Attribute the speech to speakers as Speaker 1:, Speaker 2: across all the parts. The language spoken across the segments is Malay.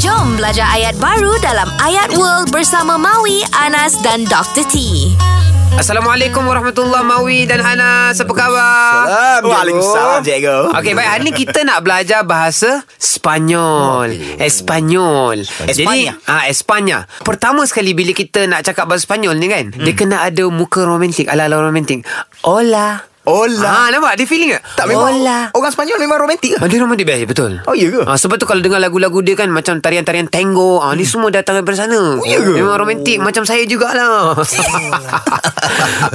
Speaker 1: Jom belajar ayat baru dalam Ayat World bersama Maui, Anas dan Dr. T.
Speaker 2: Assalamualaikum warahmatullahi Mawi dan Anas Apa khabar?
Speaker 3: Salam, cikgu. Waalaikumsalam, cikgu.
Speaker 2: Okey baik Hari ni kita nak belajar bahasa Spanyol Espanyol Jadi ah, Espanya Pertama sekali bila kita nak cakap bahasa Spanyol ni kan
Speaker 3: Hmm.
Speaker 2: Dia kena ada muka romantik Ala-ala romantik Hola Ah,
Speaker 3: Hola.
Speaker 2: nampak? Dia feeling tak?
Speaker 3: Tak memang
Speaker 2: Hola
Speaker 3: Orang Spanyol memang romantik ke?
Speaker 2: Ah, dia nama dia best betul.
Speaker 3: Oh, iya ke?
Speaker 2: Ah, sebab tu kalau dengar lagu-lagu dia kan macam tarian-tarian tango, ah ni semua datang daripada sana.
Speaker 3: Hmm. Oh, iya ke?
Speaker 2: Memang romantik macam saya jugalah.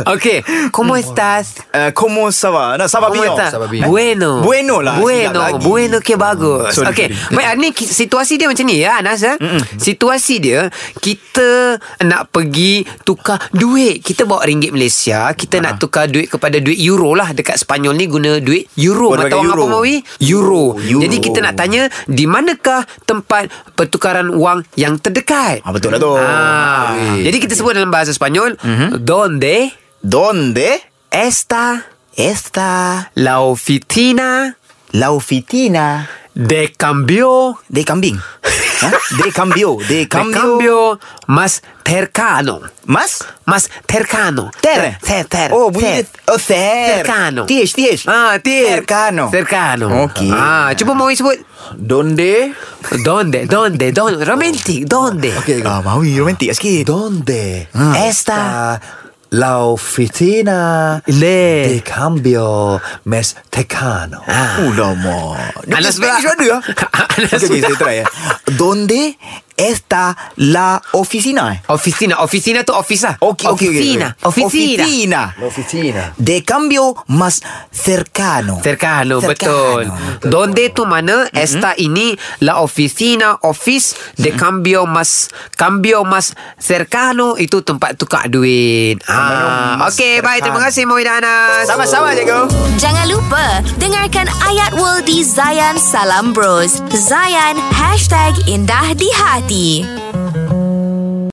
Speaker 2: Okey, como estás?
Speaker 3: Uh, como saba? Nah, saba
Speaker 2: Como
Speaker 3: bien.
Speaker 2: estás?
Speaker 4: Sababio.
Speaker 2: Bueno.
Speaker 3: Bueno lah,
Speaker 2: Bueno,
Speaker 3: silap lagi.
Speaker 2: bueno ke bagus.
Speaker 3: Sorry,
Speaker 2: Okey.
Speaker 3: sorry.
Speaker 2: Baik, hari ni ki- situasi dia macam ni ya, Anas ya. Situasi dia kita nak pergi tukar duit. Kita bawa ringgit Malaysia, kita
Speaker 3: Ah.
Speaker 2: nak tukar duit kepada duit euro lah dekat Spanyol ni guna duit euro.
Speaker 3: Oh,
Speaker 2: Mata
Speaker 3: pakai
Speaker 2: wang apa
Speaker 3: euro. Oh,
Speaker 2: Mawi? Euro.
Speaker 3: Euro.
Speaker 2: Jadi kita nak tanya di manakah tempat pertukaran wang yang terdekat?
Speaker 3: Ah, betul lah tu. Mhm.
Speaker 2: Ah. Jadi kita sebut dalam bahasa Spanyol, donde
Speaker 3: Donde
Speaker 2: está
Speaker 3: está
Speaker 2: la oficina
Speaker 3: la oficina
Speaker 2: de cambio
Speaker 3: de kambing? ha? De cambio. De
Speaker 2: cambio,
Speaker 3: cambio.
Speaker 2: más cercano.
Speaker 3: Mas?
Speaker 2: Más cercano.
Speaker 3: Ter.
Speaker 2: Ter. ter
Speaker 3: Oh, bunyi
Speaker 2: ter.
Speaker 3: dia- Oh, ter.
Speaker 2: Cercano.
Speaker 3: Tish, tish.
Speaker 2: Ah, ter.
Speaker 3: Cercano.
Speaker 2: Cercano.
Speaker 3: Okey.
Speaker 2: Ah, cuba mau sebut.
Speaker 4: Donde
Speaker 2: Donde, donde, donde. Romantic, donde.
Speaker 4: Okay
Speaker 3: Ah, Mawi romantik sikit.
Speaker 4: Donde
Speaker 3: Ah.
Speaker 2: Esta.
Speaker 4: La oficina De
Speaker 2: Le.
Speaker 4: cambio Mexicano
Speaker 3: Oh, lama. Dia
Speaker 2: Anas
Speaker 3: punya Spanish
Speaker 2: pula.
Speaker 3: ada lah.
Speaker 2: Anas
Speaker 3: Okay, okay,
Speaker 2: pula.
Speaker 3: saya try ya. Donde está la oficina? eh?
Speaker 2: Officina, officina tu office lah.
Speaker 3: Okey, okey, okey.
Speaker 2: Officina, officina.
Speaker 3: Oficina.
Speaker 4: La oficina
Speaker 3: De cambio más cercano.
Speaker 2: Cercano, betul. Mm-hmm. Donde tu mana? Esta ini la oficina, office de cambio mas cambio mas cercano itu tempat tukar duit. Ah, okey, baik. Terima kasih Mohi dan Anas.
Speaker 3: Sama-sama, cikgu.
Speaker 1: Jangan lupa, dengarkan Ayat World di Zayan Salam Bros. Zayan, hashtag indah di hati.